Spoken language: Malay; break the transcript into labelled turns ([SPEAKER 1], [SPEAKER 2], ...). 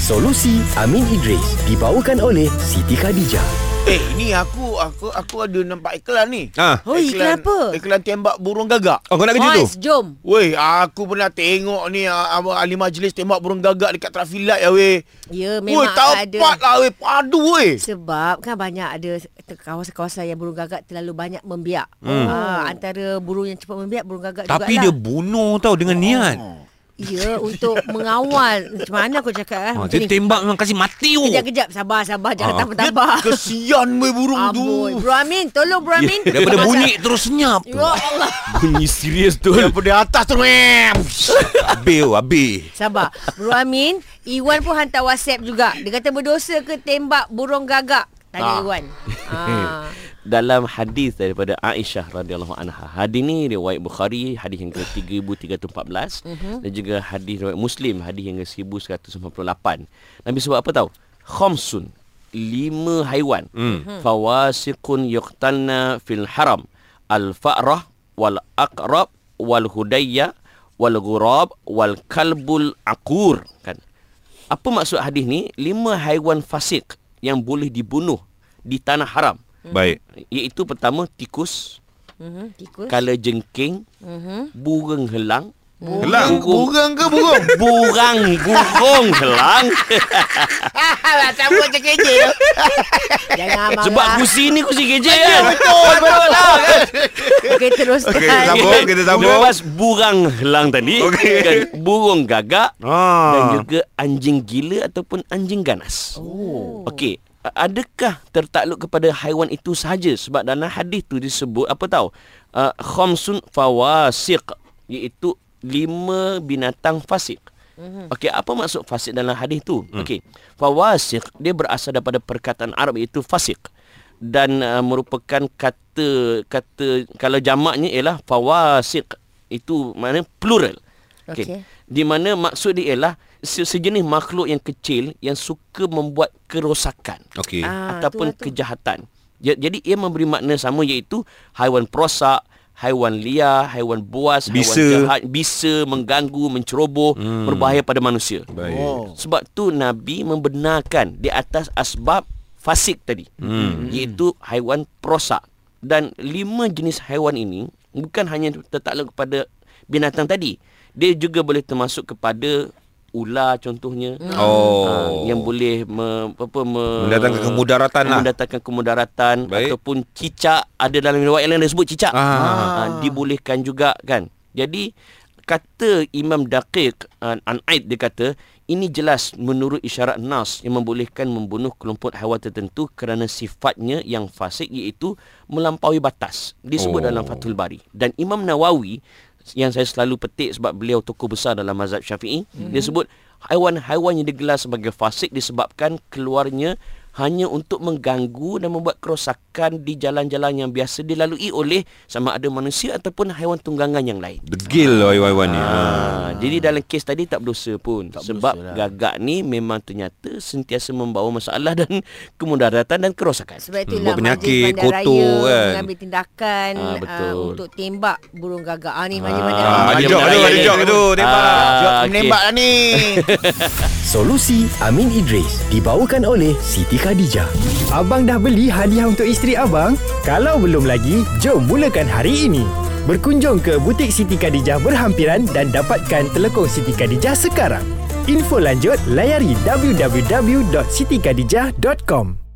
[SPEAKER 1] Solusi Amin Idris dibawakan oleh Siti Khadijah.
[SPEAKER 2] Eh, ni aku aku aku ada nampak iklan ni.
[SPEAKER 3] Ha.
[SPEAKER 4] Oi, iklan apa?
[SPEAKER 2] Iklan tembak burung gagak.
[SPEAKER 3] Oh, kau nak kerja tu?
[SPEAKER 4] Boys, jom.
[SPEAKER 2] Weh, aku pernah tengok ni ah, apa ahli majlis tembak burung gagak dekat traffic light ya weh.
[SPEAKER 4] Ya,
[SPEAKER 2] Weh,
[SPEAKER 4] memang ada.
[SPEAKER 2] tapat lah weh, padu weh.
[SPEAKER 4] Sebab kan banyak ada te- kawasan-kawasan yang burung gagak terlalu banyak membiak. Hmm. Ha, antara burung yang cepat membiak, burung gagak
[SPEAKER 3] Tapi
[SPEAKER 4] jugalah.
[SPEAKER 3] dia bunuh tau dengan niat.
[SPEAKER 5] Oh.
[SPEAKER 4] Ya, untuk mengawal. Macam mana aku cakap eh?
[SPEAKER 3] Ha,
[SPEAKER 4] Macam ni.
[SPEAKER 3] dia tembak memang kasi mati oh. tu.
[SPEAKER 4] Kejap-kejap, sabar-sabar. Jangan
[SPEAKER 3] Ah.
[SPEAKER 4] tambah-tambah.
[SPEAKER 2] Kesian weh burung tu.
[SPEAKER 4] Amboi. Bro Amin, tolong Bro Amin.
[SPEAKER 3] Ya, Daripada bunyi terus senyap.
[SPEAKER 4] Ya Allah.
[SPEAKER 3] Bunyi serius tu.
[SPEAKER 2] Daripada atas tu meh.
[SPEAKER 3] Habis, oh, habis.
[SPEAKER 4] Sabar. Bro Amin, Iwan pun hantar WhatsApp juga. Dia kata berdosa ke tembak burung gagak? Tanya
[SPEAKER 5] Ah.
[SPEAKER 4] Iwan. Ah.
[SPEAKER 5] dalam hadis daripada Aisyah radhiyallahu anha. Hadis ni riwayat Bukhari hadis yang ke-3314 dan juga hadis riwayat Muslim hadis yang ke-1198. Nabi sebut apa tahu? Khamsun lima haiwan. Fawasiqun yuqtalna fil haram. Al-fa'rah wal aqrab wal hudayya wal ghurab wal kalbul aqur kan. Apa maksud hadis ni? Lima haiwan fasik yang boleh dibunuh di tanah haram.
[SPEAKER 3] Baik.
[SPEAKER 5] Iaitu pertama tikus,
[SPEAKER 4] Mhm, Tikus.
[SPEAKER 5] kala jengking,
[SPEAKER 4] Mhm.
[SPEAKER 5] burung helang,
[SPEAKER 3] Helang?
[SPEAKER 5] burung
[SPEAKER 2] Burung ke burung?
[SPEAKER 5] burung burung helang.
[SPEAKER 2] Alah, sambut Ah, lah, je kerja. ya.
[SPEAKER 4] Jangan marah.
[SPEAKER 5] Sebab kursi ni kursi keje kan.
[SPEAKER 2] Betul, betul.
[SPEAKER 4] Okey, teruskan.
[SPEAKER 3] Okey, sambung, kita sambung.
[SPEAKER 5] Lepas burung helang tadi, kan, burung gagak
[SPEAKER 2] Ah.
[SPEAKER 5] dan
[SPEAKER 3] Ha.
[SPEAKER 5] juga anjing gila ataupun anjing ganas. Oh. Okey, a- adakah tertakluk kepada haiwan itu sahaja sebab dalam hadis tu disebut apa tahu? Uh, khamsun fawasiq iaitu lima binatang fasik. Okey, apa maksud fasik dalam hadis tu? Okey. Fawasiq dia berasal daripada perkataan Arab iaitu fasik dan uh, merupakan kata kata kalau jamaknya ialah fawasiq itu maknanya plural. Okey.
[SPEAKER 4] Okey.
[SPEAKER 5] Okay. Di mana maksud dia ialah se- sejenis makhluk yang kecil yang suka membuat kerosakan
[SPEAKER 3] Okey.
[SPEAKER 4] Ah, tu
[SPEAKER 5] ataupun
[SPEAKER 4] lah tu.
[SPEAKER 5] kejahatan. Ja- Jadi ia memberi makna sama iaitu haiwan perosak, haiwan liar, haiwan buas,
[SPEAKER 3] Bisa.
[SPEAKER 5] haiwan jahat, bisa mengganggu, menceroboh, hmm. berbahaya pada manusia.
[SPEAKER 3] Baik.
[SPEAKER 2] Oh.
[SPEAKER 5] Sebab tu Nabi membenarkan di atas asbab fasik tadi. Hmm. Iaitu haiwan perosak. Dan lima jenis haiwan ini bukan hanya tertakluk kepada binatang tadi. Dia juga boleh termasuk kepada ular contohnya.
[SPEAKER 3] Oh.
[SPEAKER 5] Ah, yang boleh me, apa, me,
[SPEAKER 3] Mendatangkan kemudaratan lah.
[SPEAKER 5] Mendatangkan kemudaratan
[SPEAKER 3] Baik.
[SPEAKER 5] ataupun cicak. Ada dalam riwayat lain dia sebut cicak.
[SPEAKER 3] Ah.
[SPEAKER 5] Ah, dibolehkan juga kan. Jadi kata Imam Daqiq uh, Anaid dia kata ini jelas menurut isyarat nas yang membolehkan membunuh kelompok haiwan tertentu kerana sifatnya yang fasik iaitu melampaui batas disebut
[SPEAKER 3] Oh.
[SPEAKER 5] oh. dalam Fathul Bari dan Imam Nawawi yang saya selalu petik sebab beliau tokoh besar dalam mazhab Syafi'i mm-hmm. dia sebut haiwan-haiwan yang digelar sebagai fasik disebabkan keluarnya hanya untuk mengganggu dan membuat kerosakan di jalan-jalan yang biasa dilalui oleh sama ada manusia ataupun haiwan tunggangan yang lain.
[SPEAKER 3] Degil lah haiwan ni. Ha.
[SPEAKER 5] Ah, jadi dalam kes tadi tak berdosa lah. pun tak sebab berdosa gagak ni memang ternyata sentiasa membawa masalah dan kemudaratan dan kerosakan.
[SPEAKER 4] Sebab
[SPEAKER 3] Hmm,
[SPEAKER 4] itulah
[SPEAKER 3] buat
[SPEAKER 4] hmm, Majlis
[SPEAKER 3] penyakit,
[SPEAKER 4] Bandar
[SPEAKER 3] kotor
[SPEAKER 4] Raya
[SPEAKER 3] kan.
[SPEAKER 4] mengambil tindakan
[SPEAKER 5] Ah,
[SPEAKER 4] ah,
[SPEAKER 5] betul.
[SPEAKER 4] untuk tembak burung gagak. Ah, ni Majlis
[SPEAKER 5] Ah,
[SPEAKER 4] Bandar
[SPEAKER 3] Ah, ada
[SPEAKER 4] Raya.
[SPEAKER 3] jok tu, ada jok tu. Tembak.
[SPEAKER 2] Jom
[SPEAKER 5] Ah, okey.
[SPEAKER 2] menembak lah ni.
[SPEAKER 1] Solusi Amin Idris dibawakan oleh Siti Khadijah.
[SPEAKER 6] Abang dah beli hadiah untuk isteri abang? Kalau belum lagi, jom mulakan hari ini. Berkunjung ke butik Siti Khadijah berhampiran dan dapatkan telekong Siti Khadijah sekarang. Info lanjut layari www.sitikadijah.com.